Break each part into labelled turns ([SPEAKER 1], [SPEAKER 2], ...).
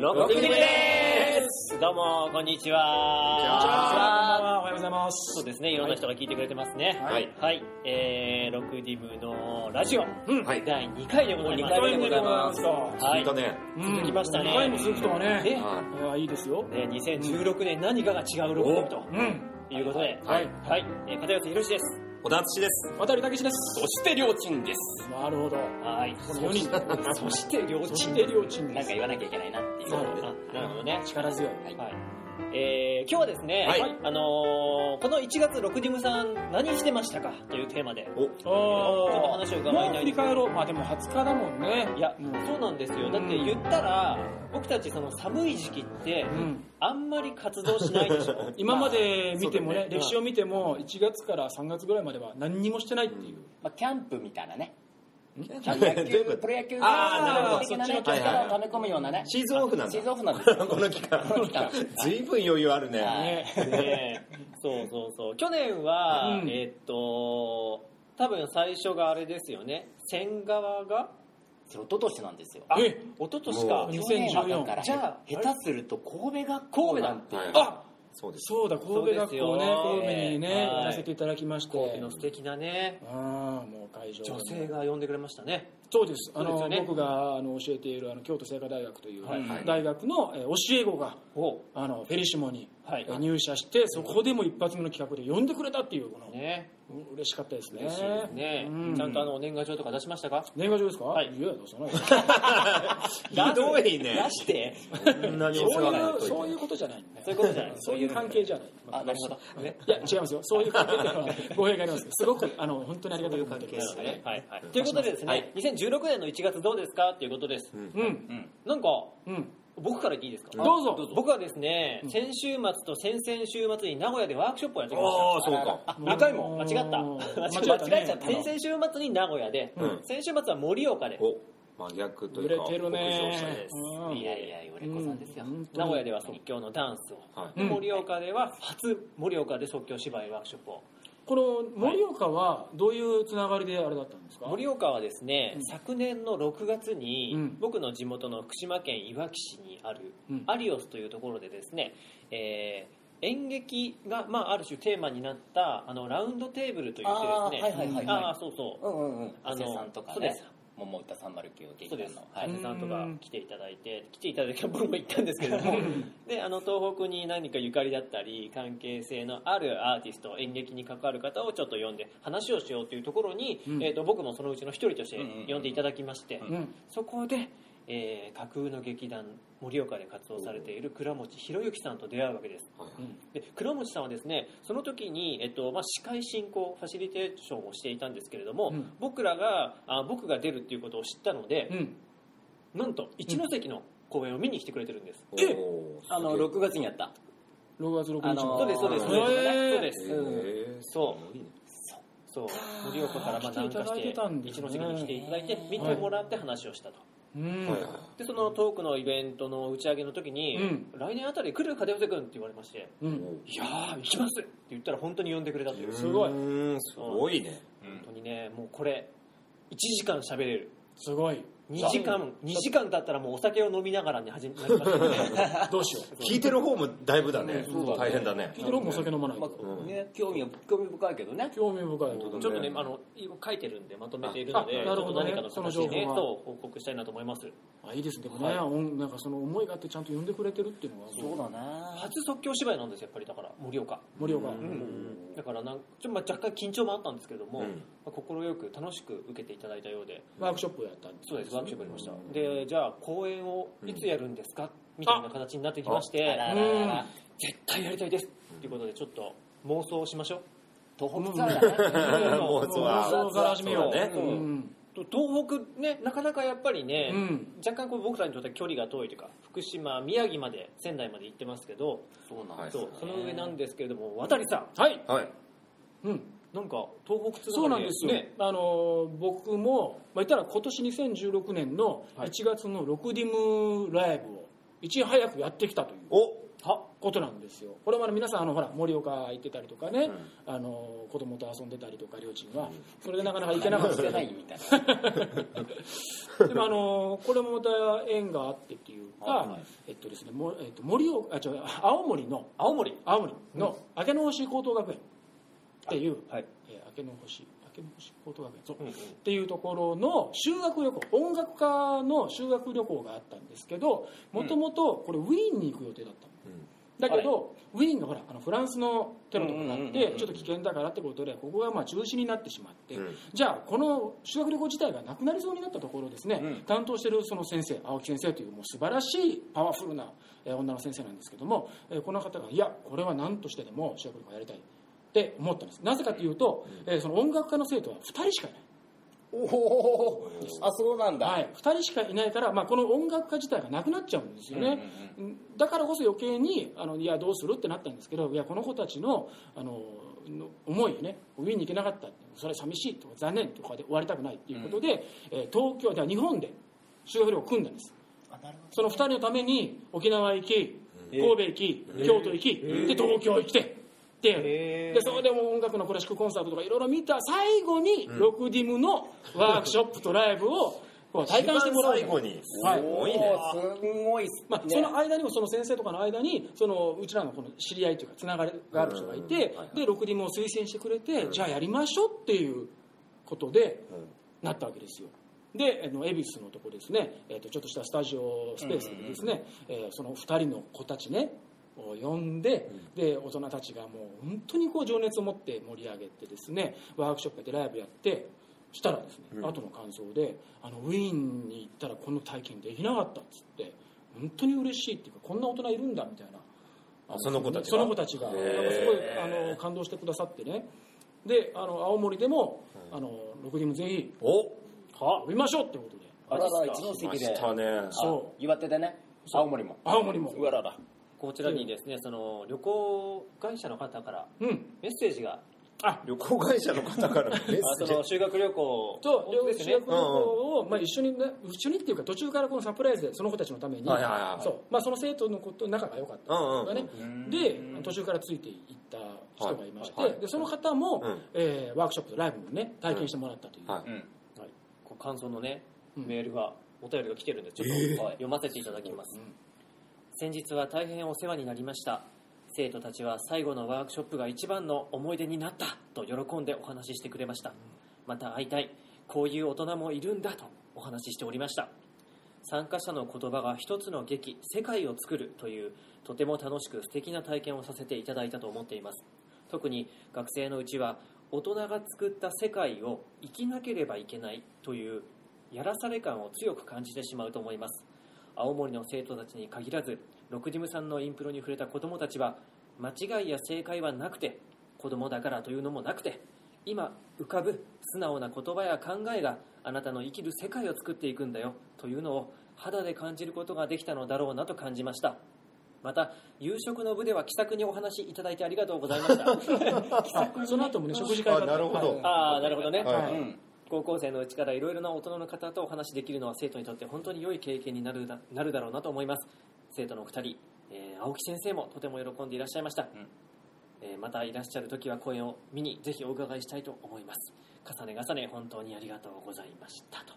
[SPEAKER 1] ロックリブですどうもこんにちは
[SPEAKER 2] おはようございます。
[SPEAKER 1] そうですねいろんな人が聞いてくれてますね、
[SPEAKER 2] はい
[SPEAKER 1] はいえー、ロックディブのラジオ、
[SPEAKER 2] うん
[SPEAKER 3] はい
[SPEAKER 1] 第2回でございま
[SPEAKER 2] 2
[SPEAKER 1] す
[SPEAKER 2] 回目でございます。
[SPEAKER 1] は
[SPEAKER 3] 聞
[SPEAKER 1] い
[SPEAKER 3] いたね。
[SPEAKER 2] うん
[SPEAKER 1] 続きましたね
[SPEAKER 2] 二回も続くとはね。
[SPEAKER 3] はい
[SPEAKER 2] いや、いいですよ。
[SPEAKER 1] ね2016年何かが違うロックディブと
[SPEAKER 2] うん。
[SPEAKER 1] いうことで
[SPEAKER 3] はい
[SPEAKER 1] はい、えー、片寄宏です
[SPEAKER 3] 小田敦です。
[SPEAKER 2] 渡るたけしです。
[SPEAKER 3] そして、りょうちんです。
[SPEAKER 2] なるほど。
[SPEAKER 1] はい
[SPEAKER 2] この4人。
[SPEAKER 1] そして両
[SPEAKER 2] そ
[SPEAKER 1] 親
[SPEAKER 2] し
[SPEAKER 1] で
[SPEAKER 2] て両
[SPEAKER 1] な
[SPEAKER 2] 親で
[SPEAKER 1] んか
[SPEAKER 2] す。
[SPEAKER 1] 言わなきゃいけないなっていう
[SPEAKER 2] そう
[SPEAKER 1] あなるほどね
[SPEAKER 2] 力強い。
[SPEAKER 1] はいえー、今日はですね、
[SPEAKER 3] はい
[SPEAKER 1] あのーこの1月6ディムさん何してましたかというテーマで
[SPEAKER 3] お、
[SPEAKER 2] お
[SPEAKER 1] ちょっと話を伺いたい
[SPEAKER 2] もう振り返ろう。まあでも20日だもんね。
[SPEAKER 1] いや
[SPEAKER 2] うん
[SPEAKER 1] そうなんですよだって
[SPEAKER 2] うん
[SPEAKER 1] 言ったら僕たちその寒い時期って
[SPEAKER 2] うん。
[SPEAKER 1] あんまり活動しないでしょ
[SPEAKER 2] 今まで見て
[SPEAKER 1] ま
[SPEAKER 2] も
[SPEAKER 1] あ
[SPEAKER 2] ね
[SPEAKER 1] そうだね
[SPEAKER 2] 歴史を見ても1月から3月ぐらいまでは何にもしてないっていう
[SPEAKER 4] まあ、キャンプみたいなね。
[SPEAKER 3] どう
[SPEAKER 4] キャンプ野
[SPEAKER 3] いう
[SPEAKER 4] 球、
[SPEAKER 3] こと
[SPEAKER 4] プロ野球
[SPEAKER 3] あ
[SPEAKER 2] ー
[SPEAKER 4] 的な
[SPEAKER 2] なる
[SPEAKER 4] ね、
[SPEAKER 2] ほど
[SPEAKER 3] そっちの
[SPEAKER 4] キャ
[SPEAKER 3] はいはい
[SPEAKER 4] を溜め込むようなね。
[SPEAKER 3] シーズンオフなんだ
[SPEAKER 4] シーズンオフなんですよ。
[SPEAKER 3] この期間
[SPEAKER 4] この期間。
[SPEAKER 3] ずいぶん余裕あるね。
[SPEAKER 4] はい
[SPEAKER 2] ね
[SPEAKER 1] ねそうそうそう去年は、
[SPEAKER 2] うん
[SPEAKER 1] えーっと多分最初があれですよね千川が
[SPEAKER 4] それ、おととしなんですよ。
[SPEAKER 1] あ
[SPEAKER 2] え
[SPEAKER 1] 一昨年か
[SPEAKER 3] も
[SPEAKER 2] う
[SPEAKER 4] 去年はだから、
[SPEAKER 1] じ
[SPEAKER 4] じ
[SPEAKER 1] ゃ
[SPEAKER 4] ゃ
[SPEAKER 1] あ
[SPEAKER 4] あ、下手すると神戸学校なんて。
[SPEAKER 3] 神戸だ
[SPEAKER 2] あ
[SPEAKER 3] そうです。
[SPEAKER 2] そうだ神戸
[SPEAKER 1] そうで
[SPEAKER 2] 学
[SPEAKER 1] すよ
[SPEAKER 2] 校ね神戸にね
[SPEAKER 1] はい
[SPEAKER 2] やらせていただきまして
[SPEAKER 1] 神戸の素敵なね
[SPEAKER 2] ああもう会場
[SPEAKER 1] 女
[SPEAKER 2] で
[SPEAKER 1] 性が呼んでくれましたね
[SPEAKER 2] そうですあ
[SPEAKER 1] そう
[SPEAKER 2] の
[SPEAKER 1] ですよね
[SPEAKER 2] 僕があの教えているあの京都精華大学という、
[SPEAKER 1] はいはい
[SPEAKER 2] 大学の、えー教え子が
[SPEAKER 1] お
[SPEAKER 2] あのフェリシモに、
[SPEAKER 1] はい
[SPEAKER 2] えー入社してそこでも一発目の企画で呼んでくれたっていうこの、
[SPEAKER 1] ね
[SPEAKER 2] う嬉しかったですね
[SPEAKER 1] 嬉しいですね、
[SPEAKER 2] うん
[SPEAKER 1] ちゃんとあのお年賀状とか出しましたか
[SPEAKER 2] 年賀状ですか、
[SPEAKER 1] はい
[SPEAKER 2] いや 出さないよ
[SPEAKER 3] ひどいね
[SPEAKER 1] 出。して
[SPEAKER 3] そんなにお世
[SPEAKER 2] そう
[SPEAKER 3] 話になっ
[SPEAKER 2] いう
[SPEAKER 3] とい
[SPEAKER 2] そう
[SPEAKER 3] て
[SPEAKER 2] いうことじゃないんで
[SPEAKER 1] そういうことじゃない
[SPEAKER 2] そういう関係じゃない
[SPEAKER 4] あ、なるほど。
[SPEAKER 1] ね
[SPEAKER 2] いや違いますよそういう関係では語弊がありますすごくあの本当にありがたい関係
[SPEAKER 3] そうい
[SPEAKER 1] ね
[SPEAKER 3] う関係
[SPEAKER 1] はいはい、ということでですね、
[SPEAKER 3] はい
[SPEAKER 1] 2016年の1月どうですかっていうことです、
[SPEAKER 3] うん
[SPEAKER 2] うん
[SPEAKER 4] うん。
[SPEAKER 1] なんか
[SPEAKER 2] うん
[SPEAKER 1] 僕からでいいですか
[SPEAKER 2] どうぞ
[SPEAKER 1] 僕はですね、
[SPEAKER 2] うん
[SPEAKER 1] 先週末と先々週末に名古屋でワークショップをやってきまし
[SPEAKER 3] ああ、
[SPEAKER 1] た
[SPEAKER 3] そうか。
[SPEAKER 1] あ中身も
[SPEAKER 2] う
[SPEAKER 1] 間
[SPEAKER 2] ん
[SPEAKER 1] 違った
[SPEAKER 2] 間違った ね
[SPEAKER 1] 間違えちゃった先々週末に名古屋で、
[SPEAKER 3] うん
[SPEAKER 1] 先週末は盛岡で
[SPEAKER 3] お、真逆と
[SPEAKER 2] 売
[SPEAKER 3] いう
[SPEAKER 2] れ
[SPEAKER 3] か、
[SPEAKER 2] て
[SPEAKER 3] 北
[SPEAKER 2] る
[SPEAKER 3] 上した
[SPEAKER 2] ね
[SPEAKER 3] ね。
[SPEAKER 2] うん
[SPEAKER 4] いやいや、よれこさんですよ。
[SPEAKER 2] うん
[SPEAKER 1] 名古屋では即興のダンスを、
[SPEAKER 3] は
[SPEAKER 2] うん
[SPEAKER 1] 盛岡では初盛岡で即興芝居ワークショップを
[SPEAKER 2] この盛岡はどういうつながりであれだったんですか
[SPEAKER 1] 盛岡はですね、
[SPEAKER 2] うん
[SPEAKER 1] 昨年の6月に、
[SPEAKER 2] うん
[SPEAKER 1] 僕の地元の福島県いわき市にある、
[SPEAKER 2] うん
[SPEAKER 1] アリオスというところでですね、えー演劇が、まあ、ある種テーマになったあのラウンドテーブルといっ
[SPEAKER 4] ああ、は
[SPEAKER 1] て
[SPEAKER 4] い
[SPEAKER 1] ですね
[SPEAKER 4] はいはい
[SPEAKER 1] あ
[SPEAKER 4] は
[SPEAKER 1] あそうそ
[SPEAKER 4] い。うんうんうん。
[SPEAKER 1] あの
[SPEAKER 4] 長谷さんとか
[SPEAKER 1] そうで
[SPEAKER 4] ね
[SPEAKER 1] す。
[SPEAKER 4] 桃歌309
[SPEAKER 1] う
[SPEAKER 4] 劇
[SPEAKER 1] そうで
[SPEAKER 4] 団
[SPEAKER 1] す
[SPEAKER 4] の。はい。
[SPEAKER 1] 伊
[SPEAKER 2] う
[SPEAKER 1] 達さんとか
[SPEAKER 2] うん
[SPEAKER 1] 来ていただいて来ていただいて僕も行ったんですけれども であの東北に何かゆかりだったり関係性のあるアーティスト演劇に関わる方をちょっと呼んで話をしようというところに、
[SPEAKER 2] うん
[SPEAKER 1] えー、と僕もそのうちの一人として
[SPEAKER 4] うんうんうん
[SPEAKER 1] 呼んでいただきまして、
[SPEAKER 2] うん
[SPEAKER 1] そこで、えー架空の劇団盛岡で活動されている倉持博之さんと出会うわけです
[SPEAKER 3] いはい
[SPEAKER 1] で倉持さんはですねその時に、えっとまあ、司会進行ファシリテーションをしていたんですけれども、
[SPEAKER 2] うん
[SPEAKER 1] 僕らがあ僕が出るっていうことを知ったので
[SPEAKER 2] う、ん
[SPEAKER 1] なんと一ノ関の公演を見に来てくれてるんです、
[SPEAKER 3] お
[SPEAKER 2] え
[SPEAKER 3] ー
[SPEAKER 4] あの、6月にやった。
[SPEAKER 2] 6月
[SPEAKER 4] あ
[SPEAKER 2] 6日
[SPEAKER 4] の
[SPEAKER 1] そうですそうですそうです、
[SPEAKER 2] へー
[SPEAKER 1] そうです
[SPEAKER 3] すげえ
[SPEAKER 1] そう
[SPEAKER 3] すごいね
[SPEAKER 1] そう盛岡からまあ
[SPEAKER 2] 来てい
[SPEAKER 1] 南
[SPEAKER 2] た
[SPEAKER 1] 下
[SPEAKER 2] だ
[SPEAKER 1] し
[SPEAKER 2] い
[SPEAKER 1] て
[SPEAKER 2] てたんです
[SPEAKER 1] 一ノ
[SPEAKER 2] ね
[SPEAKER 1] 関に来ていただいて見てもらって話をしたと、
[SPEAKER 2] うん
[SPEAKER 3] はいはい
[SPEAKER 1] でそのトークのイベントの打ち上げの時に、
[SPEAKER 2] うん
[SPEAKER 1] 来年あたり来る片寄君って言われまして
[SPEAKER 2] う
[SPEAKER 3] お
[SPEAKER 2] ん
[SPEAKER 3] ー
[SPEAKER 1] いやー行きますって言ったら本当に呼んでくれたという、
[SPEAKER 2] すごい
[SPEAKER 3] うんすごいね。
[SPEAKER 1] 本当にねもうこれ1時間喋れる
[SPEAKER 2] すごい
[SPEAKER 1] 2時間2時間経ったらもうお酒を飲みながらに始まりましたね
[SPEAKER 2] どうしよ う
[SPEAKER 3] 聞いてる方もだいぶだね
[SPEAKER 4] そうだ。ね
[SPEAKER 3] 大変だね。
[SPEAKER 2] 聞いてる方もお酒飲まない
[SPEAKER 4] ま
[SPEAKER 2] と
[SPEAKER 3] う
[SPEAKER 4] あ、
[SPEAKER 3] ん
[SPEAKER 4] ね、興味、興味深いけどね。
[SPEAKER 2] 興味深い
[SPEAKER 3] 本当だ
[SPEAKER 1] ちょっとねあの書いてるんでまとめているので
[SPEAKER 3] あ
[SPEAKER 1] ちょ
[SPEAKER 3] な
[SPEAKER 1] っ
[SPEAKER 3] る
[SPEAKER 1] と
[SPEAKER 2] ほどね
[SPEAKER 1] 何かの
[SPEAKER 2] その
[SPEAKER 1] 形で、
[SPEAKER 2] 情報
[SPEAKER 1] ね、
[SPEAKER 2] は
[SPEAKER 1] そう報告したいなと思います
[SPEAKER 2] あいいですねでもね音なんかその思いがあってちゃんと呼んでくれてるっていうのは
[SPEAKER 4] そうだな
[SPEAKER 1] 初即興芝居なんですよやっぱりだから盛岡
[SPEAKER 2] 盛岡
[SPEAKER 3] うん
[SPEAKER 1] だからなんちょ、まあ、若干緊張もあったんですけども
[SPEAKER 3] うん
[SPEAKER 1] 快、く楽しく受けていただいたようで
[SPEAKER 2] ワークショップをやったんです
[SPEAKER 1] そうですワークショップやりました
[SPEAKER 3] うん
[SPEAKER 1] でじゃあ公演をいつやるんですか、みたいな形になってきまして
[SPEAKER 4] あらあらあらあら。
[SPEAKER 1] 絶対やりたいですということでちょっと妄想しましょう
[SPEAKER 4] 東北からだね。
[SPEAKER 3] もうそうは
[SPEAKER 2] 妄想から始めよう
[SPEAKER 3] そうだね
[SPEAKER 2] う
[SPEAKER 4] うん
[SPEAKER 2] ん
[SPEAKER 1] と東北ねなかなかやっぱりね、
[SPEAKER 2] うん
[SPEAKER 1] 若干こう僕らにとっては距離が遠いというか福島宮城まで仙台まで行ってますけど
[SPEAKER 4] そうなん
[SPEAKER 3] はい
[SPEAKER 1] そうその上なんですけれども渡さん
[SPEAKER 2] はい
[SPEAKER 3] はい。
[SPEAKER 2] うん
[SPEAKER 1] なんか東北通
[SPEAKER 2] そうなんですよ、
[SPEAKER 1] ね
[SPEAKER 2] あのー僕も、まあ、言ったら今年2016年の1月のロクディムライブをいち早くやってきたという
[SPEAKER 3] お
[SPEAKER 1] は
[SPEAKER 2] ことなんですよこれはあの皆さんあのほら盛岡行ってたりとかね、
[SPEAKER 3] う
[SPEAKER 2] あのー 子供と遊んでたりとか両親はそれでなかなか行けなかった
[SPEAKER 4] してないみたいな。
[SPEAKER 2] でもあのこれもまた縁があってっていうか、
[SPEAKER 4] はい
[SPEAKER 2] えっとですね、もえっと、森をあ違う青森の
[SPEAKER 1] 青森
[SPEAKER 2] 青森の明けの星高等学園っていう、
[SPEAKER 1] はい、
[SPEAKER 2] えー明けの星明けの星高等学園そう
[SPEAKER 1] うんうん
[SPEAKER 2] っていうところの修学旅行音楽家の修学旅行があったんですけどもともとこれウィーンに行く予定だったのだけどウィーンがほらあのフランスのテロとかがあ
[SPEAKER 4] う
[SPEAKER 2] っ
[SPEAKER 4] んうんうんうん
[SPEAKER 2] てちょっと危険だからってことでここがまあ中止になってしまって、
[SPEAKER 3] うん
[SPEAKER 2] じゃあこの修学旅行自体がなくなりそうになったところですね、
[SPEAKER 4] うん
[SPEAKER 2] 担当してるその先生青木先生というもう素晴らしいパワフルなえー女の先生なんですけどもえーこの方がいやこれは何としてでも修学旅行やりたいって思ったんですなぜかというと、えーその音楽家の生徒は2人しかいない
[SPEAKER 4] おおあそうなんだ、
[SPEAKER 2] はい、2人しかいないから、まあ、この音楽家自体がなくなっちゃうんですよね、うんだからこそ余計にあのいやどうするってなったんですけどいやこの子たちのあのの思いをね上に行けなかったそれは寂しいとか残念とかで終わりたくないっていうことで、えー東京では日本で修学旅行を組んだんです
[SPEAKER 4] あなるほ
[SPEAKER 2] その2人のために沖縄行き神戸行き、
[SPEAKER 1] えー
[SPEAKER 2] 京都行き、
[SPEAKER 1] えー
[SPEAKER 2] で東京行きてで
[SPEAKER 1] えー
[SPEAKER 2] でそこでもう音楽のクラシックコンサートとかいろいろ見た最後にロクディムのワークショップとライブをこう体感してもらおう
[SPEAKER 3] 最後に。
[SPEAKER 2] はい
[SPEAKER 4] ど
[SPEAKER 3] 多いね
[SPEAKER 4] おーすんごいっすね
[SPEAKER 2] まあ、その間にもその先生とかの間にそのうちらのこの知り合いというかつながりがある人がいて、
[SPEAKER 3] うんうんうんはいはい
[SPEAKER 2] で六輪も推薦してくれて、
[SPEAKER 3] ん
[SPEAKER 2] じゃあやりましょうっていうことで
[SPEAKER 3] うん
[SPEAKER 2] なったわけですよであの恵比寿のとこですね、えー、とちょっとしたスタジオスペースでですね、えーその2人の子たちねを呼んでで大人たちがもう本当にこう情熱を持って盛り上げてですねワークショップやってライブやってしたらですね、
[SPEAKER 3] うん
[SPEAKER 2] 後の感想であのウィーンに行ったらこの体験できなかったっつって本当に嬉しいっていうかこんな大人いるんだみたいな
[SPEAKER 3] あその子たちが
[SPEAKER 2] その子たちが
[SPEAKER 3] へ
[SPEAKER 2] なんか
[SPEAKER 3] ー
[SPEAKER 2] すごいあの感動してくださってねであの青森でも、あの6人も全員
[SPEAKER 3] お
[SPEAKER 2] は見ましょうってことで
[SPEAKER 4] あらら
[SPEAKER 1] マジっす
[SPEAKER 4] 一
[SPEAKER 1] か
[SPEAKER 3] 来
[SPEAKER 4] 度
[SPEAKER 3] ま
[SPEAKER 4] 席
[SPEAKER 3] し
[SPEAKER 4] で
[SPEAKER 3] たね。
[SPEAKER 2] そ
[SPEAKER 4] あ岩手でね青森も
[SPEAKER 2] 青森も
[SPEAKER 4] うわらら
[SPEAKER 1] こちらにですねその旅行会社の方から
[SPEAKER 2] うん
[SPEAKER 1] メッセージが
[SPEAKER 2] あ
[SPEAKER 3] 旅行会社の方からメッセ
[SPEAKER 1] あそ
[SPEAKER 3] ージ
[SPEAKER 1] の。修学旅行
[SPEAKER 2] と両
[SPEAKER 1] ですね
[SPEAKER 2] 修学旅行を、まあ、一緒にね一緒にっていうか途中からこのサプライズでその子たちのために、
[SPEAKER 3] はいはいはいはい
[SPEAKER 2] そうまあ、その生徒の子と仲が良かったとかね、
[SPEAKER 4] うん
[SPEAKER 2] で
[SPEAKER 4] うん
[SPEAKER 2] 途中からついていった人がいまして、
[SPEAKER 3] はいはい
[SPEAKER 2] でその方も、
[SPEAKER 3] うん
[SPEAKER 2] えーワークショップとライブもね体験してもらったという、
[SPEAKER 3] はい
[SPEAKER 4] うん
[SPEAKER 1] こう感想のね
[SPEAKER 2] うん
[SPEAKER 1] メールがお便りが来てるんでちょっと、はい読ませていただきます、
[SPEAKER 2] うん
[SPEAKER 1] 先日は大変お世話になりました生徒たちは最後のワークショップが一番の思い出になったと喜んでお話ししてくれましたまた会いたいこういう大人もいるんだとお話ししておりました参加者の言葉が一つの劇世界を作るというとても楽しく素敵な体験をさせていただいたと思っています特に学生のうちは大人が作った世界を生きなければいけないというやらされ感を強く感じてしまうと思います青森の生徒たちに限らず六ジムさんのインプロに触れた子どもたちは間違いや正解はなくて子どもだからというのもなくて今浮かぶ素直な言葉や考えがあなたの生きる世界を作っていくんだよというのを肌で感じることができたのだろうなと感じましたまた夕食の部では気さくにお話いただいてありがとうございました
[SPEAKER 2] あその後もね食事会が
[SPEAKER 3] あなるほど
[SPEAKER 2] はい
[SPEAKER 1] ああなるほどね、
[SPEAKER 3] はい
[SPEAKER 4] うん
[SPEAKER 1] 高校生のうちからいろいろな大人の方とお話しできるのは生徒にとって本当に良い経験になるだなるだろうなと思います生徒のお二人、えー青木先生もとても喜んでいらっしゃいました、
[SPEAKER 4] ん
[SPEAKER 1] えーまたいらっしゃる時は声を見にぜひお伺いしたいと思います重ね重ね本当にありがとうございましたと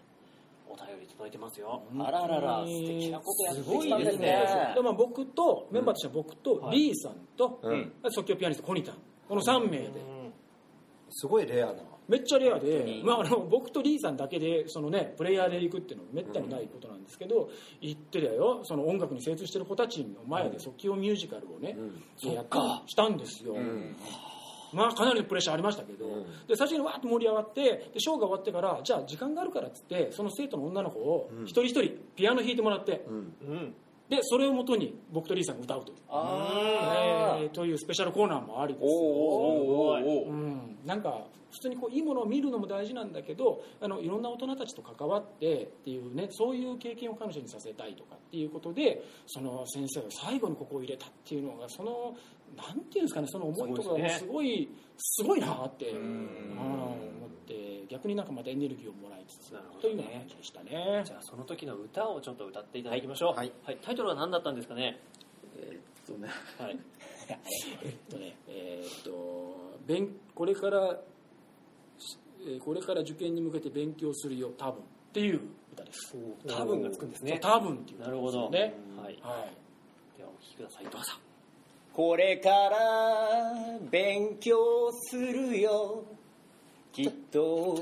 [SPEAKER 1] お便り届いてますよ、
[SPEAKER 4] あららら
[SPEAKER 2] うん
[SPEAKER 4] 素敵なことやって
[SPEAKER 1] すご
[SPEAKER 4] きたん
[SPEAKER 1] い
[SPEAKER 4] で
[SPEAKER 1] ですす
[SPEAKER 4] ね
[SPEAKER 1] ね
[SPEAKER 2] でまあ、僕とメンバーとしては僕と、
[SPEAKER 1] はい
[SPEAKER 2] リーさんと、
[SPEAKER 3] うん
[SPEAKER 2] 即興ピアニストコニタンこの3名で、
[SPEAKER 3] すごいレアな。
[SPEAKER 2] めっちゃレア
[SPEAKER 1] 本当
[SPEAKER 2] で
[SPEAKER 1] に、
[SPEAKER 2] まあ、あの僕とリーさんだけでその、ね、プレイヤーで行くっていうのはめったにないことなんですけど、行ってだよその音楽に精通してる子たちの前で即興ミュージカルをね、
[SPEAKER 3] うん
[SPEAKER 2] やったりしたんですよ、まあ、かなりのプレッシャーありましたけど、
[SPEAKER 3] うん
[SPEAKER 2] で最初にわーっと盛り上がってでショーが終わってからじゃあ時間があるからっつってその生徒の女の子を
[SPEAKER 3] うん
[SPEAKER 2] 一人一人ピアノ弾いてもらって、
[SPEAKER 3] うん。
[SPEAKER 1] うん
[SPEAKER 2] でそれをもとに僕とリーさんが歌うという。
[SPEAKER 4] あ
[SPEAKER 2] え
[SPEAKER 4] ー
[SPEAKER 2] ーというスペシャルコーナーもありです
[SPEAKER 4] おーおーおーおー
[SPEAKER 2] うん、なんか普通にこういいものを見るのも大事なんだけどあのいろんな大人たちと関わってっていうねそういう経験を彼女にさせたいとかっていうことでその先生が最後にここを入れたっていうのがそのなんていうんですかねその思いとかがす
[SPEAKER 1] す
[SPEAKER 2] ごいすごいなって
[SPEAKER 1] うん
[SPEAKER 2] うん思って逆になんかまたエネルギーをもらいつつ
[SPEAKER 1] なるほどね
[SPEAKER 2] というような感じでしたね
[SPEAKER 1] じ。ゃあその時の歌をちょっと歌っていただきましょう、
[SPEAKER 3] はい
[SPEAKER 1] タイトルは何だったんですかね、
[SPEAKER 4] そうね
[SPEAKER 1] はい、
[SPEAKER 2] えっとねえーっと勉これからしえーこれから受験に向けて勉強するよ多分っていう歌です。
[SPEAKER 1] 多分がつくんですね。
[SPEAKER 2] 多分っていう。
[SPEAKER 1] なるほど。
[SPEAKER 2] ね
[SPEAKER 1] はい。
[SPEAKER 2] はい。
[SPEAKER 1] ではお聴きください。どうぞ。
[SPEAKER 5] これから勉強するよきっと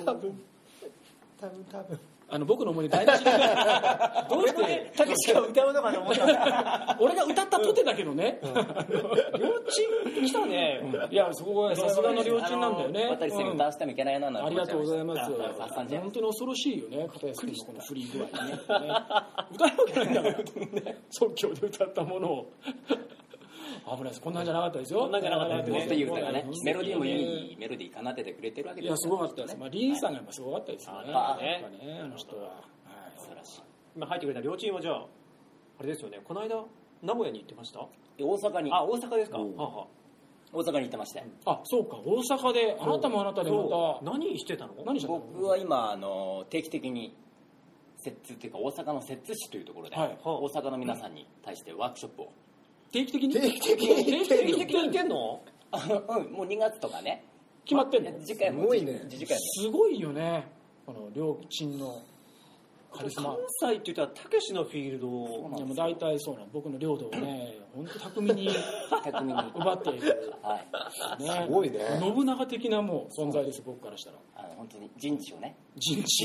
[SPEAKER 2] あの僕の思い出大 事などうして
[SPEAKER 5] たけしが歌うのか と思った
[SPEAKER 2] 俺が歌ったとてだけどね、
[SPEAKER 1] 幼稚園来たね。
[SPEAKER 2] いやそこはさすがの両親なんだよね
[SPEAKER 4] 渡
[SPEAKER 2] う
[SPEAKER 4] 先
[SPEAKER 2] ん
[SPEAKER 4] 歌わせてもいけないななんて
[SPEAKER 2] ありが
[SPEAKER 4] 思っち
[SPEAKER 2] と
[SPEAKER 4] ゃ
[SPEAKER 2] うござ
[SPEAKER 4] い
[SPEAKER 2] い
[SPEAKER 4] まし
[SPEAKER 2] ます
[SPEAKER 4] ああああ
[SPEAKER 2] 本当に恐ろしいよね片安君のこのフリー具 合ねね歌えるわけないんだから即興で歌ったものを危ないですこんなんじゃなかったですよ
[SPEAKER 1] こんなんじゃなかったです
[SPEAKER 4] た
[SPEAKER 1] ね
[SPEAKER 4] もっといい歌が
[SPEAKER 1] だ
[SPEAKER 4] ねメロディーもいいメロディー奏でてくれてるわけ
[SPEAKER 2] い
[SPEAKER 4] です
[SPEAKER 2] やすごかった
[SPEAKER 4] よ
[SPEAKER 2] です、まあ、リンさんがやっぱすごかったですよね
[SPEAKER 1] あ
[SPEAKER 2] や
[SPEAKER 1] あ
[SPEAKER 2] っぱ
[SPEAKER 1] ね
[SPEAKER 2] ねあの人は、はい
[SPEAKER 4] 素晴らしい
[SPEAKER 1] 今入ってくれた両チームはじゃあ、あれですよね。この間、名古屋に行ってました
[SPEAKER 4] で大阪に
[SPEAKER 1] あ、大阪ですか。は
[SPEAKER 3] うん
[SPEAKER 1] あは
[SPEAKER 4] 大阪に行ってまして
[SPEAKER 2] あそうか大阪であなたもあなた
[SPEAKER 1] あ
[SPEAKER 2] でま
[SPEAKER 1] そう
[SPEAKER 2] た
[SPEAKER 1] 何してたの
[SPEAKER 2] 何してたの
[SPEAKER 4] 僕は今あの定期的に摂津っていうか大阪の摂津市というところで、
[SPEAKER 2] はい
[SPEAKER 4] 大阪の皆さんに対してワークショップを、
[SPEAKER 2] 定期的に
[SPEAKER 3] 定期的に
[SPEAKER 2] 定期
[SPEAKER 1] 定
[SPEAKER 2] 的
[SPEAKER 1] 期
[SPEAKER 2] に
[SPEAKER 1] 的に行ってんの
[SPEAKER 4] あの うんもう2月とかね
[SPEAKER 2] 決まってんの
[SPEAKER 4] 次回も
[SPEAKER 3] すごいね
[SPEAKER 4] 次次回も
[SPEAKER 2] すごいよねこの両親のカリスマ
[SPEAKER 1] 関西って言ったら、たけしのフィールド
[SPEAKER 4] そう
[SPEAKER 1] を
[SPEAKER 4] な
[SPEAKER 2] いや
[SPEAKER 4] んで
[SPEAKER 2] もう
[SPEAKER 4] すよ
[SPEAKER 2] 大体そうなの僕の領土をね本当巧みに
[SPEAKER 4] 巧みに
[SPEAKER 2] 奪っている、
[SPEAKER 4] はい
[SPEAKER 2] ね、
[SPEAKER 3] すごいね
[SPEAKER 2] 信長的なもう存在です僕からしたら
[SPEAKER 4] あの本当に人事をね
[SPEAKER 2] 人事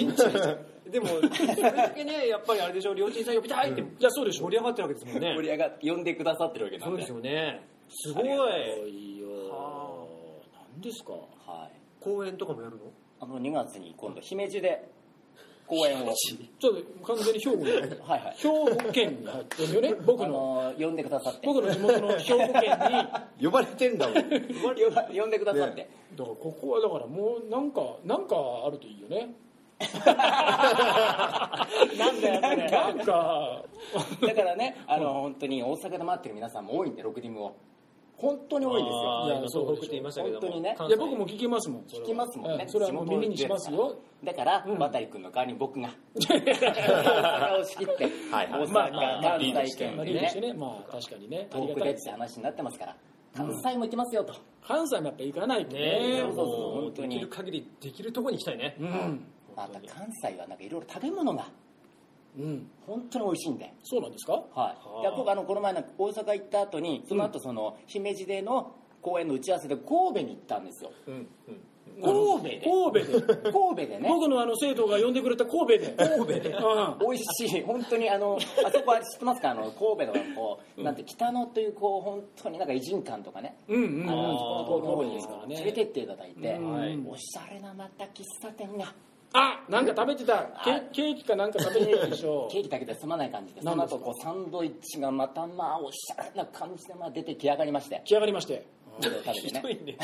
[SPEAKER 1] でも、それだけね、やっぱりあれでしょ、りょうちんさん呼びたいって、
[SPEAKER 2] いやそうでしょ
[SPEAKER 1] 盛り上がってるわけですもん
[SPEAKER 4] 盛り
[SPEAKER 1] ね。
[SPEAKER 4] 上がって呼んでくださってるわけな
[SPEAKER 1] そ
[SPEAKER 4] ん
[SPEAKER 1] う
[SPEAKER 4] で
[SPEAKER 1] ですよね。すご
[SPEAKER 4] あ
[SPEAKER 1] い
[SPEAKER 4] り。が
[SPEAKER 2] いよ
[SPEAKER 1] は
[SPEAKER 2] 何ですか
[SPEAKER 4] はい
[SPEAKER 1] 公演とかもやるの
[SPEAKER 4] あの2月に今度姫路で公演をはい
[SPEAKER 2] ちょっと完全に兵庫に
[SPEAKER 4] はい
[SPEAKER 2] 兵庫県に入ってるよね 僕
[SPEAKER 4] あ
[SPEAKER 2] の
[SPEAKER 4] の呼んでくださって
[SPEAKER 2] 僕の地元の兵庫県にだから
[SPEAKER 3] 呼ばれてんだもん
[SPEAKER 4] 呼んでくださって、
[SPEAKER 3] ね
[SPEAKER 2] ここはだからもうなんかなんかあるといいよね
[SPEAKER 1] なんだよ、それ。
[SPEAKER 2] なんか
[SPEAKER 4] だからね、あの、本当に大阪で待ってる皆さんも多いんで、6人も。本当に多いんです
[SPEAKER 1] あ
[SPEAKER 4] よ。
[SPEAKER 1] ー
[SPEAKER 2] いや
[SPEAKER 1] 今
[SPEAKER 2] そう
[SPEAKER 1] 東
[SPEAKER 2] でし
[SPEAKER 1] 北って言
[SPEAKER 2] ょ
[SPEAKER 1] いましたけども
[SPEAKER 4] 本当にね
[SPEAKER 1] 関
[SPEAKER 2] い
[SPEAKER 1] 西
[SPEAKER 2] や僕も聞きますもんそれは
[SPEAKER 4] 聞きますもんね
[SPEAKER 2] ええそれはもう耳にしますよ
[SPEAKER 4] だから、
[SPEAKER 2] うん
[SPEAKER 4] 渡君の代わりに僕が、大阪を仕切って、
[SPEAKER 3] はいはい
[SPEAKER 4] 大
[SPEAKER 2] まあま
[SPEAKER 4] 阪、
[SPEAKER 2] あ
[SPEAKER 4] 関西圏
[SPEAKER 2] まあ、
[SPEAKER 4] で
[SPEAKER 2] リードして
[SPEAKER 4] ね、
[SPEAKER 2] ね、まあ確かにね、あり
[SPEAKER 4] 遠
[SPEAKER 2] が
[SPEAKER 4] く
[SPEAKER 2] た
[SPEAKER 4] で
[SPEAKER 2] い
[SPEAKER 4] っ
[SPEAKER 2] です
[SPEAKER 4] て。話になってますから、関西も行きますよと。
[SPEAKER 2] 関西もやっぱ行かないと
[SPEAKER 1] ね
[SPEAKER 2] ね
[SPEAKER 1] え、
[SPEAKER 4] そうそうそう
[SPEAKER 1] もう
[SPEAKER 4] 本当に
[SPEAKER 1] できる限りできるとこに行きたいね。
[SPEAKER 2] うん、
[SPEAKER 4] また関西はなんかいろいろ食べ物が、
[SPEAKER 2] うん、
[SPEAKER 4] 本当に美味しいんで。
[SPEAKER 2] そうなんですか
[SPEAKER 4] はい。
[SPEAKER 1] あ
[SPEAKER 4] いや僕、あの、この前なんか大阪行った後に、その後、その、姫路での公演の打ち合わせで神戸に行ったんですよ。
[SPEAKER 1] うん。うん。
[SPEAKER 4] 神戸で
[SPEAKER 2] 神戸で、
[SPEAKER 4] 神戸でね。
[SPEAKER 2] 僕のあの生徒が呼んでくれた神戸で、神戸で、うん、
[SPEAKER 4] 美味しい本当にあのあそこは知ってますかあの神戸のこうなんて北野というこう本当になんか偉人館とかね
[SPEAKER 2] うん、う
[SPEAKER 4] あ
[SPEAKER 2] ん、
[SPEAKER 4] の
[SPEAKER 2] あ
[SPEAKER 4] そこの神戸にですからね連れてっていただいて、
[SPEAKER 2] うん
[SPEAKER 1] はい
[SPEAKER 4] おしゃれなまた喫茶店が
[SPEAKER 2] あ、なんか食べてた、ケ
[SPEAKER 4] はい
[SPEAKER 2] ケーキかなんか食べてたでしょ
[SPEAKER 4] ケ。ーキだけで済まない感じでそ
[SPEAKER 2] 何
[SPEAKER 4] の
[SPEAKER 2] です
[SPEAKER 4] 後こうサンドイッチがまたまあおしゃれな感じでまあ出てき上がりまして
[SPEAKER 2] 来上がりまして、
[SPEAKER 4] それを食べて
[SPEAKER 1] ひど
[SPEAKER 4] ね
[SPEAKER 1] いね。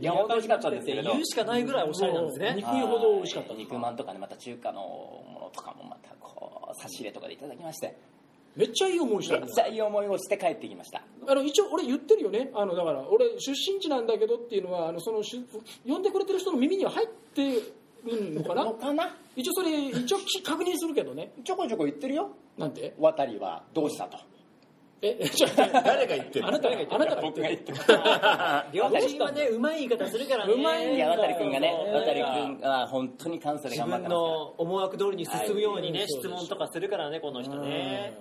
[SPEAKER 4] いや本当に美味しかったんですけれど
[SPEAKER 1] 言うしかないぐらいおしゃれなんですね。
[SPEAKER 2] 肉ほど美味しかった
[SPEAKER 4] はい肉まんとかねまた中華のものとかもまたこう差し入れとかでいただきまして
[SPEAKER 2] めっちゃいい思いした
[SPEAKER 4] め
[SPEAKER 2] ん
[SPEAKER 4] っ
[SPEAKER 2] だ
[SPEAKER 4] ちゃいい思いをして帰ってきました
[SPEAKER 2] あの一応俺言ってるよねあのだから俺出身地なんだけどっていうのはあのそのし呼んでくれてる人の耳には入ってるのかな
[SPEAKER 4] のかな
[SPEAKER 2] 一応それ一応き確認するけどね
[SPEAKER 4] ちょこちょこ言ってるよ
[SPEAKER 2] なんて
[SPEAKER 4] 渡りはどうしたと
[SPEAKER 2] ええちょっと待って
[SPEAKER 3] 誰が言ってる
[SPEAKER 2] あなたがあなたが言って
[SPEAKER 4] 僕が
[SPEAKER 2] る
[SPEAKER 4] 言って ました
[SPEAKER 1] 両チームはね、うまい言い方するからね。
[SPEAKER 2] うまい
[SPEAKER 4] いや渡り君がね
[SPEAKER 1] そう
[SPEAKER 4] 渡り君が本当に関西で
[SPEAKER 1] 自
[SPEAKER 4] 頑張っ
[SPEAKER 1] 分
[SPEAKER 4] てますから
[SPEAKER 1] の思惑通りに進むようにね、
[SPEAKER 2] はい
[SPEAKER 1] 質問とかするからね、この人ね。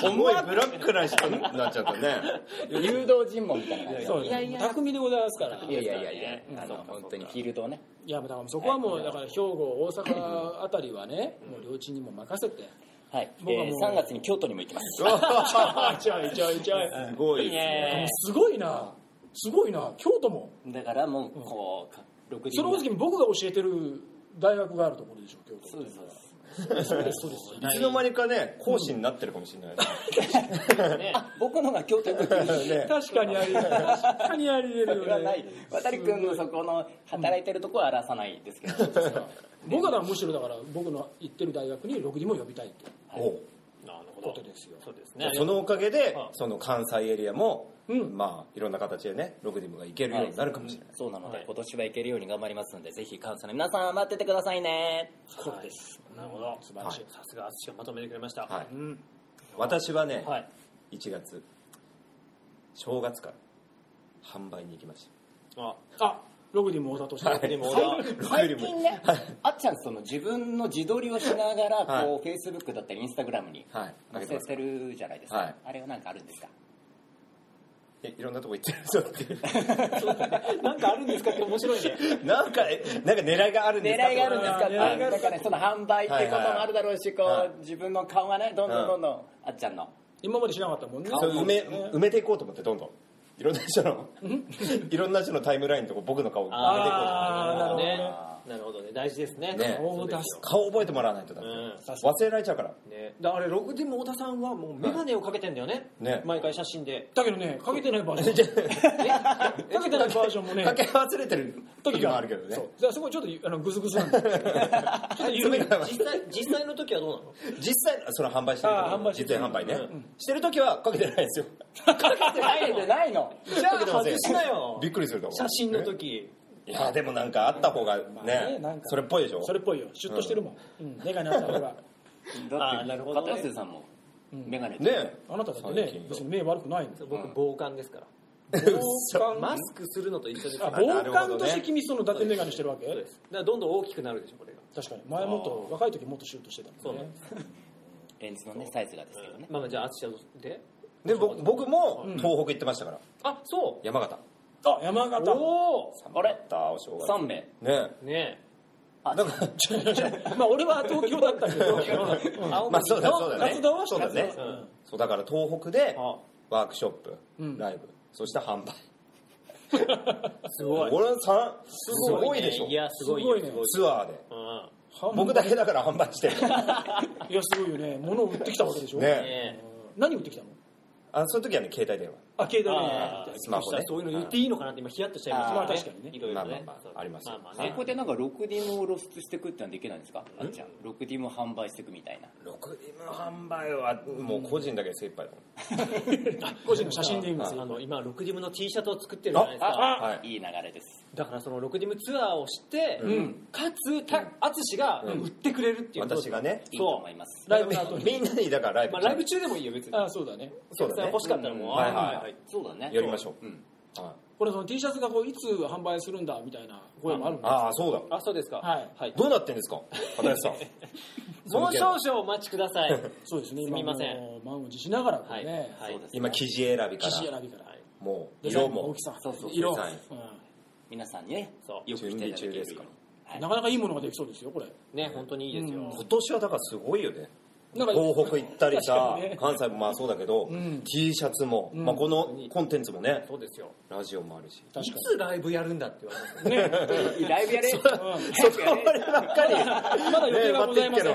[SPEAKER 3] すごいブラックな人になっちゃったね
[SPEAKER 4] 誘導尋問みたいな感じ
[SPEAKER 2] そういやいや巧みでございますから
[SPEAKER 4] い
[SPEAKER 2] いや
[SPEAKER 4] やいやいやいや
[SPEAKER 1] うん
[SPEAKER 4] あの
[SPEAKER 1] そうかそうか
[SPEAKER 4] 本当にフィールドをね
[SPEAKER 2] だからそこはもうだから兵庫大阪あたりはねもう両親にも任せて
[SPEAKER 4] はいえ
[SPEAKER 2] 僕はもう
[SPEAKER 4] ー3月に京都にも行きます
[SPEAKER 2] ちょいちょいちょい
[SPEAKER 3] すごい
[SPEAKER 1] いいね。
[SPEAKER 2] すごいなすごいな京都も
[SPEAKER 4] だからもうこうか6
[SPEAKER 2] その
[SPEAKER 4] 人
[SPEAKER 2] 時に僕が教えてる大学があるところでしょ京都
[SPEAKER 4] そうですそうです
[SPEAKER 2] そうですそうです
[SPEAKER 3] いつの間にかね講師になってるかもしれない
[SPEAKER 4] あ僕のが京都行くっていう
[SPEAKER 3] ね
[SPEAKER 2] 確かにあり得る確かにあり得
[SPEAKER 4] そ
[SPEAKER 2] る
[SPEAKER 4] れは
[SPEAKER 2] よ
[SPEAKER 4] な
[SPEAKER 2] ね
[SPEAKER 4] い渡り君のそこの働いてるとこは荒らさないですけど
[SPEAKER 2] 僕はだからむしろだから僕の行ってる大学に6人も呼びたいと
[SPEAKER 3] おう
[SPEAKER 1] なるほ
[SPEAKER 2] こ
[SPEAKER 1] ど
[SPEAKER 2] と。ですよ
[SPEAKER 1] そうですね。
[SPEAKER 3] そのおかげで
[SPEAKER 1] あ
[SPEAKER 3] その関西エリアも、
[SPEAKER 2] うん
[SPEAKER 3] まあいろんな形でねロクディムが行けるようになるかもしれない、
[SPEAKER 4] そうなの
[SPEAKER 1] は
[SPEAKER 4] で
[SPEAKER 1] い
[SPEAKER 4] 今年は行けるように頑張りますのでぜひ関西の皆さん待っててくださいね
[SPEAKER 2] これです
[SPEAKER 1] なるほど。
[SPEAKER 2] 素晴らしい
[SPEAKER 1] さすが、淳がまとめてくれました。
[SPEAKER 3] はい
[SPEAKER 2] うん
[SPEAKER 3] 私はね、
[SPEAKER 1] はい。
[SPEAKER 3] 1月正月から販売に行きまし
[SPEAKER 1] あ、
[SPEAKER 2] あログディム小田として、
[SPEAKER 3] はい
[SPEAKER 4] でも
[SPEAKER 3] はい
[SPEAKER 4] 最近ね、あっちゃんその自分の自撮りをしながらこう、フェイスブックだったりインスタグラムに
[SPEAKER 3] はい
[SPEAKER 4] 載せてるじゃないですか、
[SPEAKER 3] はい
[SPEAKER 4] あれは何かあるんですか
[SPEAKER 3] えいろんなとこ行ってるぞっていう
[SPEAKER 2] なんかあるんですかって面白いね。
[SPEAKER 3] なんかえなんか狙いがあるんですか
[SPEAKER 4] 狙いがあるんですか
[SPEAKER 3] あー狙いがある
[SPEAKER 4] だからねその販売ってこともあるだろうし、
[SPEAKER 3] はいはい
[SPEAKER 4] こう自分の顔がねどんどんどんどん、あっちゃんの
[SPEAKER 2] 今までしなかったもんね。
[SPEAKER 3] そう埋め埋めていこうと思ってどんどんいろんな人のいろんな人のタイムラインのとこ僕の顔埋めていこうと
[SPEAKER 1] あーなるほどね
[SPEAKER 4] あ
[SPEAKER 1] なるほどね大事ですね
[SPEAKER 3] ね
[SPEAKER 1] そうですよ
[SPEAKER 3] 顔覚えてもらわないとだって、
[SPEAKER 1] うん
[SPEAKER 3] 忘れられちゃうから
[SPEAKER 1] ねだからログディム太田さんはもう眼鏡をかけてんだよね,、
[SPEAKER 3] ね
[SPEAKER 1] 毎回写真で
[SPEAKER 2] だけどね、かけてないバー ジョン。かけてないバージョンもね、
[SPEAKER 3] かけ忘れてる時もあるけどね
[SPEAKER 2] そう。だからそこちょっとあのグズグズなんだよちょっと緩い。
[SPEAKER 1] 実際実際の時はどうなの
[SPEAKER 3] 実際その販売してる時
[SPEAKER 2] あー販売してる
[SPEAKER 3] 実演販売ね、してる時はかけてないですよ
[SPEAKER 4] あないのないの
[SPEAKER 1] じゃあ外しなよ
[SPEAKER 3] びっくりすると思う
[SPEAKER 1] 写真の時
[SPEAKER 3] いやでもなんかあった方がね,、
[SPEAKER 2] まあねなんか
[SPEAKER 3] それっぽいでしょ
[SPEAKER 2] それっぽいよ。シュッとしてるもん。うん、メガネあった方が。
[SPEAKER 4] だっ
[SPEAKER 1] あー
[SPEAKER 4] て
[SPEAKER 1] なるほどね
[SPEAKER 4] 片瀬さんも眼鏡、
[SPEAKER 3] ね
[SPEAKER 2] あなただって
[SPEAKER 3] 最
[SPEAKER 2] ね
[SPEAKER 3] 近、
[SPEAKER 2] 別に目悪くないんだよ。
[SPEAKER 1] 僕防寒ですから
[SPEAKER 3] うっそ
[SPEAKER 2] 防
[SPEAKER 1] マ
[SPEAKER 2] 寒
[SPEAKER 1] スクするのと一緒です
[SPEAKER 2] あ
[SPEAKER 1] から
[SPEAKER 3] な
[SPEAKER 2] 防
[SPEAKER 3] るほ
[SPEAKER 2] 寒
[SPEAKER 3] どね
[SPEAKER 2] として君その伊達メガネしてるわけ
[SPEAKER 1] そうですだからどんどん大きくなるでしょこれが
[SPEAKER 2] 確かに。前もっと、若い時もっとシュッとしてた
[SPEAKER 1] そ
[SPEAKER 2] も
[SPEAKER 1] うんなん
[SPEAKER 2] ね
[SPEAKER 1] で。す
[SPEAKER 4] レンズのねサイズがですけどね、
[SPEAKER 1] まあまあじゃあ淳で
[SPEAKER 3] で僕僕も東北行ってましたから、
[SPEAKER 1] あそ
[SPEAKER 3] 山形
[SPEAKER 2] あ、山形。
[SPEAKER 1] お
[SPEAKER 4] あれ
[SPEAKER 3] だお正月
[SPEAKER 4] 3名
[SPEAKER 3] ね
[SPEAKER 1] うね
[SPEAKER 4] あ
[SPEAKER 3] なんか
[SPEAKER 2] まあ俺は東京だったけど、
[SPEAKER 3] まあそうだそうだね
[SPEAKER 2] 活動は
[SPEAKER 3] そ
[SPEAKER 2] して
[SPEAKER 3] う
[SPEAKER 2] た
[SPEAKER 3] だね、
[SPEAKER 1] うん
[SPEAKER 3] そうだから東北で
[SPEAKER 1] あ
[SPEAKER 3] ワークショップ、
[SPEAKER 2] うん
[SPEAKER 3] ライブそして販売
[SPEAKER 1] すごい
[SPEAKER 3] これさすごいでしょ
[SPEAKER 1] いやすごいよ
[SPEAKER 2] すごいね
[SPEAKER 1] ごい
[SPEAKER 3] ツアーで
[SPEAKER 1] うん
[SPEAKER 3] 僕だけだから販売してる
[SPEAKER 2] いや、すごいよね。物を売ってきたわけでしょ。
[SPEAKER 3] ね
[SPEAKER 1] ねえ
[SPEAKER 2] 何売ってきたの
[SPEAKER 3] あその時はね携帯電話
[SPEAKER 2] あ、携帯電
[SPEAKER 1] あ
[SPEAKER 2] 話
[SPEAKER 1] ー
[SPEAKER 2] って。
[SPEAKER 3] スマホね
[SPEAKER 1] そういうの言っていいのかなって今ヒヤッとしちゃいました
[SPEAKER 4] あー
[SPEAKER 1] ね
[SPEAKER 2] まあ確かにね
[SPEAKER 1] いろいろね
[SPEAKER 3] まあまあまあありますよ
[SPEAKER 1] まあまあ
[SPEAKER 4] そ
[SPEAKER 1] ね
[SPEAKER 4] こでなんか 6D も露出していくってのはできないんですかあっちゃん 6D も販売していくみたいな
[SPEAKER 3] 6リム販売はもう個人だけで精一杯だもん
[SPEAKER 2] 個人の写真で言います。
[SPEAKER 1] あの今ロクディムの T シャツを作ってるじゃないですか
[SPEAKER 3] はい
[SPEAKER 4] い流れです
[SPEAKER 1] だからそのロクディムツアーをして、
[SPEAKER 3] ん
[SPEAKER 1] かつた淳が売ってくれるっていうことで
[SPEAKER 3] 私がね
[SPEAKER 4] いいと思います
[SPEAKER 2] ライブの後に。
[SPEAKER 3] みんなにだからライブ、
[SPEAKER 1] まあ、ライブ中でもいいよ別に
[SPEAKER 2] あ、そうだね。
[SPEAKER 3] そうだね
[SPEAKER 1] 欲しかったらもう、
[SPEAKER 3] うんはいはい
[SPEAKER 4] そうだね
[SPEAKER 3] やりましょう、
[SPEAKER 4] ん
[SPEAKER 3] はい
[SPEAKER 2] これその T シャツがこういつ販売するんだみたいな声もあるんだ。
[SPEAKER 3] ああそうだ
[SPEAKER 1] あそうですか
[SPEAKER 2] はい
[SPEAKER 1] はい、
[SPEAKER 3] どうなってんですか片吉さん
[SPEAKER 1] もう少々お待ちください
[SPEAKER 2] そうですね。
[SPEAKER 1] すみません
[SPEAKER 2] 今もう満を持しながらこうね、
[SPEAKER 1] はい
[SPEAKER 4] そうです
[SPEAKER 3] 今生地選びか
[SPEAKER 2] 生
[SPEAKER 3] ら
[SPEAKER 2] 地選びから。
[SPEAKER 3] もう
[SPEAKER 2] デザイ
[SPEAKER 3] 色
[SPEAKER 2] ンの
[SPEAKER 3] も
[SPEAKER 2] 大きさ。
[SPEAKER 4] そうそうそう
[SPEAKER 2] 色。う
[SPEAKER 3] デザイン
[SPEAKER 2] ん
[SPEAKER 4] 皆さんにね
[SPEAKER 1] そ
[SPEAKER 4] よく来ていただけるよう
[SPEAKER 3] 準備中で
[SPEAKER 4] に
[SPEAKER 3] すか
[SPEAKER 4] はい
[SPEAKER 2] なかなかいいものができそうですよ、これ。
[SPEAKER 1] う ね本当にいいですよ、
[SPEAKER 2] うん
[SPEAKER 3] 今年はだからすごいよね
[SPEAKER 2] なんか
[SPEAKER 3] 東北行ったり
[SPEAKER 2] 確
[SPEAKER 3] さ、
[SPEAKER 2] かにね
[SPEAKER 3] 関西もまあそうだけど、
[SPEAKER 2] うん
[SPEAKER 3] T シャツも、
[SPEAKER 2] ん
[SPEAKER 3] まあ、このコンテンツもね
[SPEAKER 1] そうですよ
[SPEAKER 3] ラジオもあるし
[SPEAKER 1] い
[SPEAKER 2] 確か
[SPEAKER 1] つライブやるんだって言われますよね
[SPEAKER 4] ライブやれ
[SPEAKER 3] そこまでばっ かりま
[SPEAKER 2] だ予定はございませ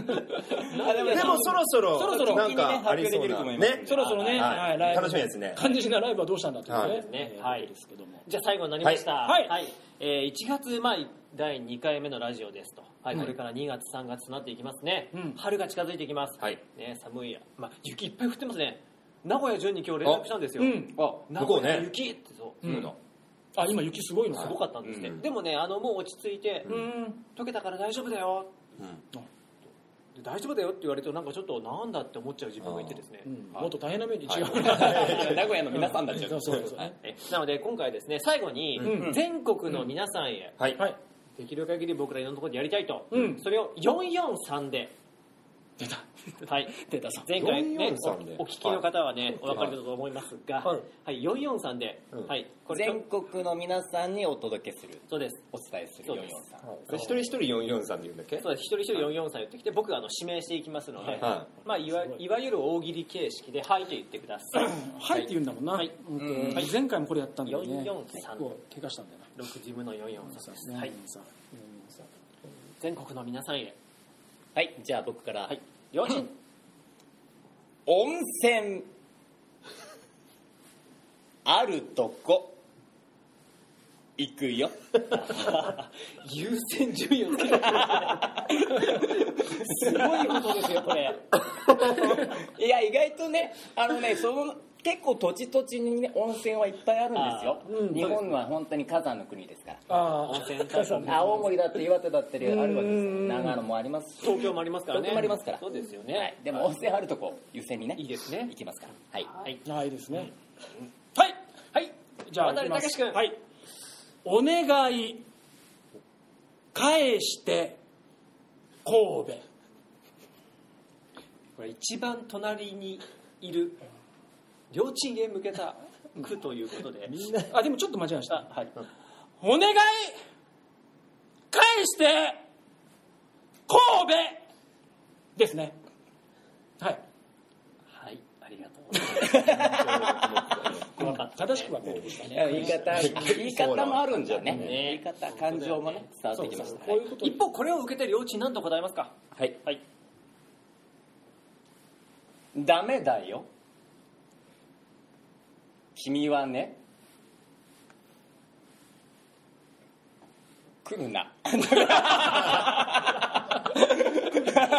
[SPEAKER 2] ん
[SPEAKER 3] でもそろそろ
[SPEAKER 2] そろそろ
[SPEAKER 3] なんかありそうな
[SPEAKER 4] 発表できると思います
[SPEAKER 3] ね
[SPEAKER 2] に。そろそろね、
[SPEAKER 3] はい
[SPEAKER 2] はい、ライブ。
[SPEAKER 3] 楽しみですね
[SPEAKER 2] 感じなライブはどうしたんだっていう
[SPEAKER 3] はい
[SPEAKER 1] ね
[SPEAKER 2] ね。
[SPEAKER 1] はい
[SPEAKER 2] ですけども。
[SPEAKER 1] じゃあ最後になりました
[SPEAKER 2] はいはい
[SPEAKER 1] えー1月、まあ、第2回目のラジオですと、はいこれから2月3月となっていきますね、
[SPEAKER 2] うん
[SPEAKER 1] 春が近づいてきます、
[SPEAKER 3] はい
[SPEAKER 1] ね、寒いや、まあ、雪いっぱい降ってますね名古屋順に今日連絡したんですよ、
[SPEAKER 2] うん。
[SPEAKER 1] 名
[SPEAKER 3] 向
[SPEAKER 1] 古
[SPEAKER 3] こう
[SPEAKER 1] 屋
[SPEAKER 3] ね
[SPEAKER 1] 雪ってそう、
[SPEAKER 2] うんあ、今雪すごいの
[SPEAKER 1] す
[SPEAKER 2] か
[SPEAKER 1] ご。かったんですね、
[SPEAKER 3] うん
[SPEAKER 1] でもねあのもう落ち着いて、
[SPEAKER 2] うん。
[SPEAKER 1] 溶けたから大丈夫だよ
[SPEAKER 3] うん
[SPEAKER 1] で大丈夫だよって言われるとなんかちょっとなんだって思っちゃう自分がいてですね、
[SPEAKER 2] うんもっと大変な目に違う。
[SPEAKER 4] 名古屋の皆さんだっちゃう
[SPEAKER 2] そうそうそう。
[SPEAKER 1] はいえなので今回ですね最後に
[SPEAKER 2] うん
[SPEAKER 1] 全国の皆さんへ
[SPEAKER 3] はい、
[SPEAKER 2] はい。
[SPEAKER 1] できる限り僕らいろんなところでやりたいと、
[SPEAKER 2] うん
[SPEAKER 1] それを443で
[SPEAKER 2] 出た。
[SPEAKER 1] はい、前回、ね、
[SPEAKER 3] 443で
[SPEAKER 1] おお聞きの方はね、お分かりだと思いますが、は
[SPEAKER 2] はい
[SPEAKER 1] 443で、
[SPEAKER 3] うん
[SPEAKER 1] はい、これちょ
[SPEAKER 4] 全国の皆さんにお届けする
[SPEAKER 1] そうです
[SPEAKER 4] お伝えする
[SPEAKER 1] そう
[SPEAKER 4] 443
[SPEAKER 1] です
[SPEAKER 3] それ一人一人443で言うんだっけ
[SPEAKER 1] そうです一人一人443言ってきて僕があの指名していきますので、
[SPEAKER 3] はい
[SPEAKER 1] まあ、いわ
[SPEAKER 2] すごい
[SPEAKER 1] いわゆる大喜利形式で「はい」と言ってくだ さい
[SPEAKER 2] はいって言うんだもんな。
[SPEAKER 1] はい
[SPEAKER 2] うん前回もこれやったんだよ
[SPEAKER 1] 443
[SPEAKER 2] ね。結構怪我したんだよな。
[SPEAKER 1] 6ジムの443です、はい、
[SPEAKER 2] さ
[SPEAKER 1] 全国の皆さんへ
[SPEAKER 4] はいじゃあ僕から、
[SPEAKER 1] はいよし
[SPEAKER 4] 温泉あるとこ行くよ
[SPEAKER 1] 優先順位をつけてくださいすごいことですよこれ
[SPEAKER 4] いや意外とねあのねその結構土地土地にね温泉はいっぱいあるんですよ
[SPEAKER 1] あ、
[SPEAKER 2] ーうん
[SPEAKER 4] 日本は本当に火山の国ですから
[SPEAKER 2] あ
[SPEAKER 1] 温
[SPEAKER 2] あ、
[SPEAKER 1] 泉大国
[SPEAKER 4] 青森だって岩手だってあるわ
[SPEAKER 2] う
[SPEAKER 4] けですよ
[SPEAKER 2] ん
[SPEAKER 4] 長野もありますし、
[SPEAKER 1] 東京もありますからね
[SPEAKER 4] 東京もありますから
[SPEAKER 1] そうですよね、
[SPEAKER 4] はい、でも温泉あるとこ優先にね
[SPEAKER 1] いいですね
[SPEAKER 4] 行きますからはい
[SPEAKER 1] はい
[SPEAKER 2] ああいいですね。
[SPEAKER 1] はいはい
[SPEAKER 2] じゃあ
[SPEAKER 1] 渡
[SPEAKER 2] 行きます
[SPEAKER 1] 隆君
[SPEAKER 2] はい。お願い返して神戸
[SPEAKER 1] これ一番隣にいる両チームへ向けた句ということで
[SPEAKER 2] あでもちょっと間違えました
[SPEAKER 1] あはい
[SPEAKER 2] お願い返して神戸ですねはい
[SPEAKER 1] はいありがとうございます怖かった
[SPEAKER 2] 正しくはこうでした
[SPEAKER 4] い
[SPEAKER 2] ね
[SPEAKER 4] や言い方言い方もあるんじゃね
[SPEAKER 3] ね
[SPEAKER 4] 言い方感情もね伝わってきました
[SPEAKER 2] こういうこと
[SPEAKER 1] 一方これを受けて両チーム何と答えますか
[SPEAKER 4] はい
[SPEAKER 1] はい
[SPEAKER 4] ダメだよ君はね来るな
[SPEAKER 2] もう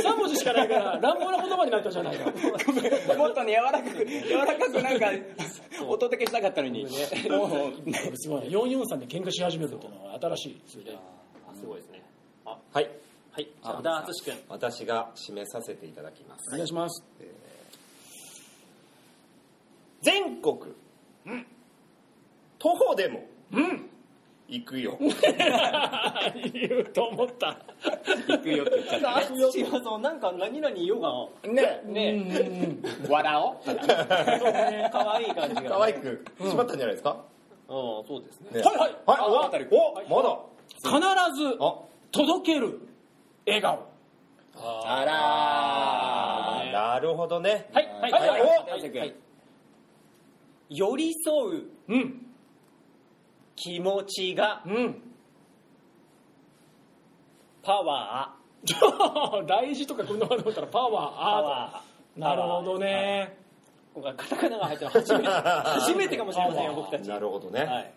[SPEAKER 2] 3文字しかな いから乱暴な言葉になったじゃないか
[SPEAKER 4] もっとね柔らかく柔らかくなんかお届けしたかったのにもう
[SPEAKER 2] すごい443で喧嘩し始めるっていうのは新しいですよね
[SPEAKER 1] あすごいですねあ
[SPEAKER 3] はい
[SPEAKER 1] はいじゃあ小田敦君
[SPEAKER 3] 私が締めさせていただきます
[SPEAKER 2] お願いします
[SPEAKER 3] 全国徒歩でも行くよ
[SPEAKER 2] 言うと思った
[SPEAKER 4] 行くよって言っちゃった
[SPEAKER 1] 淳はそうなんか何々よが
[SPEAKER 4] ね
[SPEAKER 1] ね
[SPEAKER 4] 笑おう
[SPEAKER 1] 可愛い感じが
[SPEAKER 3] 可愛く締まったんじゃないですか
[SPEAKER 1] ああそうですね
[SPEAKER 3] ね
[SPEAKER 2] はいはい
[SPEAKER 3] はい
[SPEAKER 4] あ
[SPEAKER 3] うわ
[SPEAKER 4] 渡る
[SPEAKER 3] おまだ
[SPEAKER 2] 必ず
[SPEAKER 3] あ
[SPEAKER 2] 届ける笑顔
[SPEAKER 4] あら
[SPEAKER 3] あなるほどね
[SPEAKER 1] はいはい
[SPEAKER 3] はい
[SPEAKER 1] はい
[SPEAKER 4] お
[SPEAKER 1] はいはい寄り添う
[SPEAKER 2] うん
[SPEAKER 1] 気持ちが
[SPEAKER 2] うん
[SPEAKER 1] パワ
[SPEAKER 2] 大事とかこんなこと思ったらパ
[SPEAKER 1] ーパ
[SPEAKER 2] ワー
[SPEAKER 1] ワー
[SPEAKER 2] なるほどね
[SPEAKER 1] 今回カタカナが入ったの初めて初めてかもしれませんよ僕たち
[SPEAKER 3] なるほど
[SPEAKER 1] は
[SPEAKER 3] ね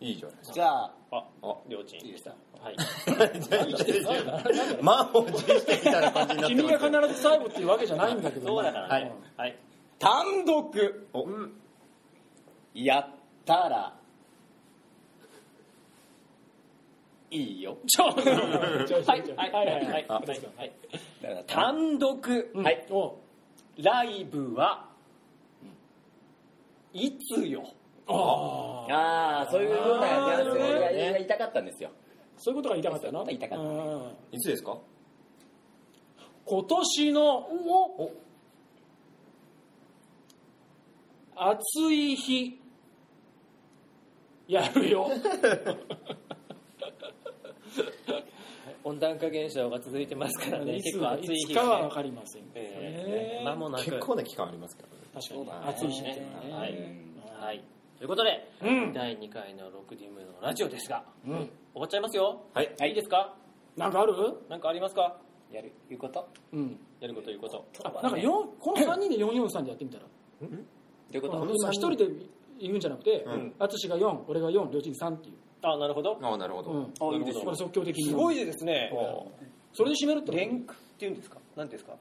[SPEAKER 1] い
[SPEAKER 3] いいじゃないです
[SPEAKER 4] じゃあ
[SPEAKER 1] あ
[SPEAKER 3] あ
[SPEAKER 1] 両チームでしたはい
[SPEAKER 3] か 満を持してみたいな感じになって
[SPEAKER 2] 君
[SPEAKER 3] ます
[SPEAKER 2] が必ず最後っていうわけじゃないんだけど
[SPEAKER 1] そうだからねはい
[SPEAKER 4] 単独
[SPEAKER 3] お
[SPEAKER 4] やったらいいよ
[SPEAKER 2] ちょっと
[SPEAKER 1] は
[SPEAKER 2] はい
[SPEAKER 1] はいはいはいはい
[SPEAKER 3] あ
[SPEAKER 1] はい
[SPEAKER 4] だから単
[SPEAKER 1] 単独
[SPEAKER 2] はいお
[SPEAKER 1] ライブはいつよ
[SPEAKER 2] ああ
[SPEAKER 4] ああそういうようなニュアンス
[SPEAKER 2] なる
[SPEAKER 4] を
[SPEAKER 2] ほどね
[SPEAKER 4] いやいや言いたかったんですよ
[SPEAKER 2] そういうことが言いたかったの
[SPEAKER 4] そういうことが言いたかった
[SPEAKER 2] うん
[SPEAKER 3] いつですか
[SPEAKER 2] 今年の暑い日やるよ
[SPEAKER 1] 温暖化現象が続いてますからね
[SPEAKER 2] いつ
[SPEAKER 1] 結構
[SPEAKER 2] は
[SPEAKER 1] 暑い
[SPEAKER 2] い
[SPEAKER 1] 日
[SPEAKER 2] つかは
[SPEAKER 1] が
[SPEAKER 2] 分
[SPEAKER 1] ね
[SPEAKER 2] かりませんけど
[SPEAKER 1] え
[SPEAKER 2] ね
[SPEAKER 1] ー間もなく
[SPEAKER 3] 結構な期間ありますけどね
[SPEAKER 2] 確かに
[SPEAKER 4] ね
[SPEAKER 2] 暑い日っていうのは
[SPEAKER 1] は
[SPEAKER 2] ね
[SPEAKER 1] いはいということで
[SPEAKER 2] うん
[SPEAKER 1] 第2回の6人目のラジオですが
[SPEAKER 2] うん
[SPEAKER 1] 終わっちゃいますよ
[SPEAKER 3] はい
[SPEAKER 1] いいですか
[SPEAKER 2] なんかある
[SPEAKER 1] なんかありますか
[SPEAKER 4] やるいうこと
[SPEAKER 2] うん
[SPEAKER 1] やるこということ
[SPEAKER 2] あなんか四この3人で443でやってみたら
[SPEAKER 4] というこ
[SPEAKER 2] あ
[SPEAKER 4] と
[SPEAKER 2] の今一人で言うんじゃなくて
[SPEAKER 3] うん
[SPEAKER 2] 淳が4俺が4両親3っていう
[SPEAKER 1] あなるほど
[SPEAKER 3] あなるほ
[SPEAKER 2] う
[SPEAKER 3] ど
[SPEAKER 2] ん
[SPEAKER 4] あいいです
[SPEAKER 2] これ即興的に
[SPEAKER 1] すごいですね
[SPEAKER 2] それで締めるってこと
[SPEAKER 1] 連句っていうんですか何ですか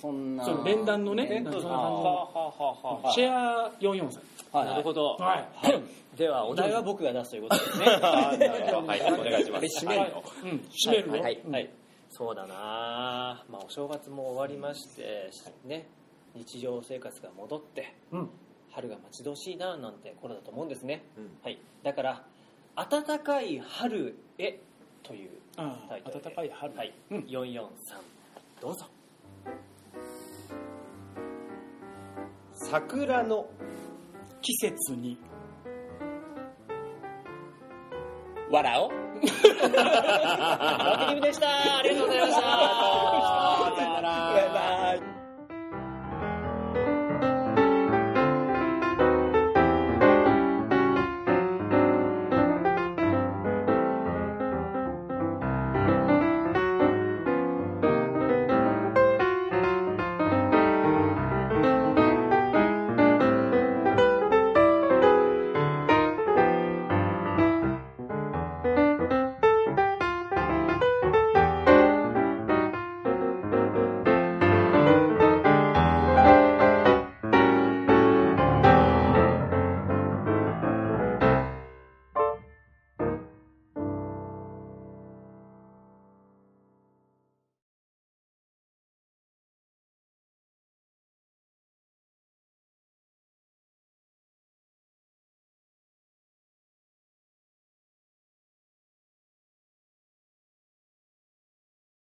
[SPEAKER 4] そんな
[SPEAKER 2] そう連弾のね
[SPEAKER 1] 連句
[SPEAKER 2] な
[SPEAKER 1] は
[SPEAKER 2] んかそん
[SPEAKER 1] あ
[SPEAKER 2] な感じ
[SPEAKER 1] はあはあはあは
[SPEAKER 2] シェア443
[SPEAKER 1] あなるほど
[SPEAKER 2] はい
[SPEAKER 1] ではお題は僕が出すということですね
[SPEAKER 3] はいお願いします
[SPEAKER 4] 締めるの
[SPEAKER 2] うん締めるよ
[SPEAKER 4] はい
[SPEAKER 1] はい、そうだなあ、まあ、お正月も終わりまして、ね、日常生活が戻って
[SPEAKER 2] うん
[SPEAKER 1] 春が待ち遠しいなあなんて頃だと思うんですね、
[SPEAKER 3] うん
[SPEAKER 1] はい、だから「暖かい春へ」という
[SPEAKER 2] あ
[SPEAKER 1] タイトル
[SPEAKER 2] ー
[SPEAKER 1] で
[SPEAKER 2] 暖かい春
[SPEAKER 1] はい
[SPEAKER 2] うん
[SPEAKER 1] 443どうぞ
[SPEAKER 3] 桜の
[SPEAKER 2] 季節に
[SPEAKER 4] 笑おう
[SPEAKER 1] バッティングでしたありがとうございました